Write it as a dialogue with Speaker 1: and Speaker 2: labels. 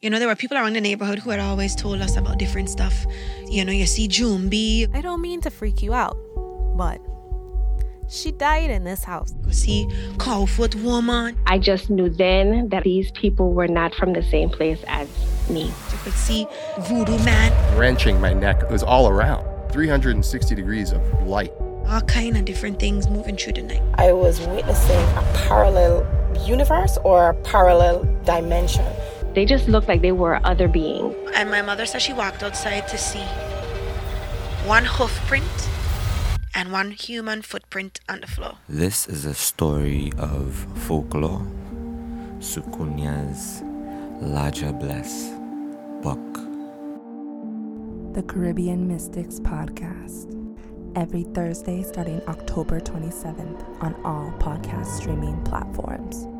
Speaker 1: You know, there were people around the neighborhood who had always told us about different stuff. You know, you see Jumbi,
Speaker 2: I don't mean to freak you out, but she died in this house.
Speaker 1: you see Cowfoot Woman,
Speaker 3: I just knew then that these people were not from the same place as me.
Speaker 1: you could see Voodoo Man,
Speaker 4: wrenching my neck. It was all around 360 degrees of light.
Speaker 1: all kind of different things moving through the night.
Speaker 5: I was witnessing a parallel universe or a parallel dimension.
Speaker 3: They just looked like they were other beings.
Speaker 1: And my mother said she walked outside to see one hoof print and one human footprint on the floor.
Speaker 6: This is a story of folklore, Sukunya's larger bless, Buck.
Speaker 2: The Caribbean Mystics Podcast. Every Thursday starting October 27th on all podcast streaming platforms.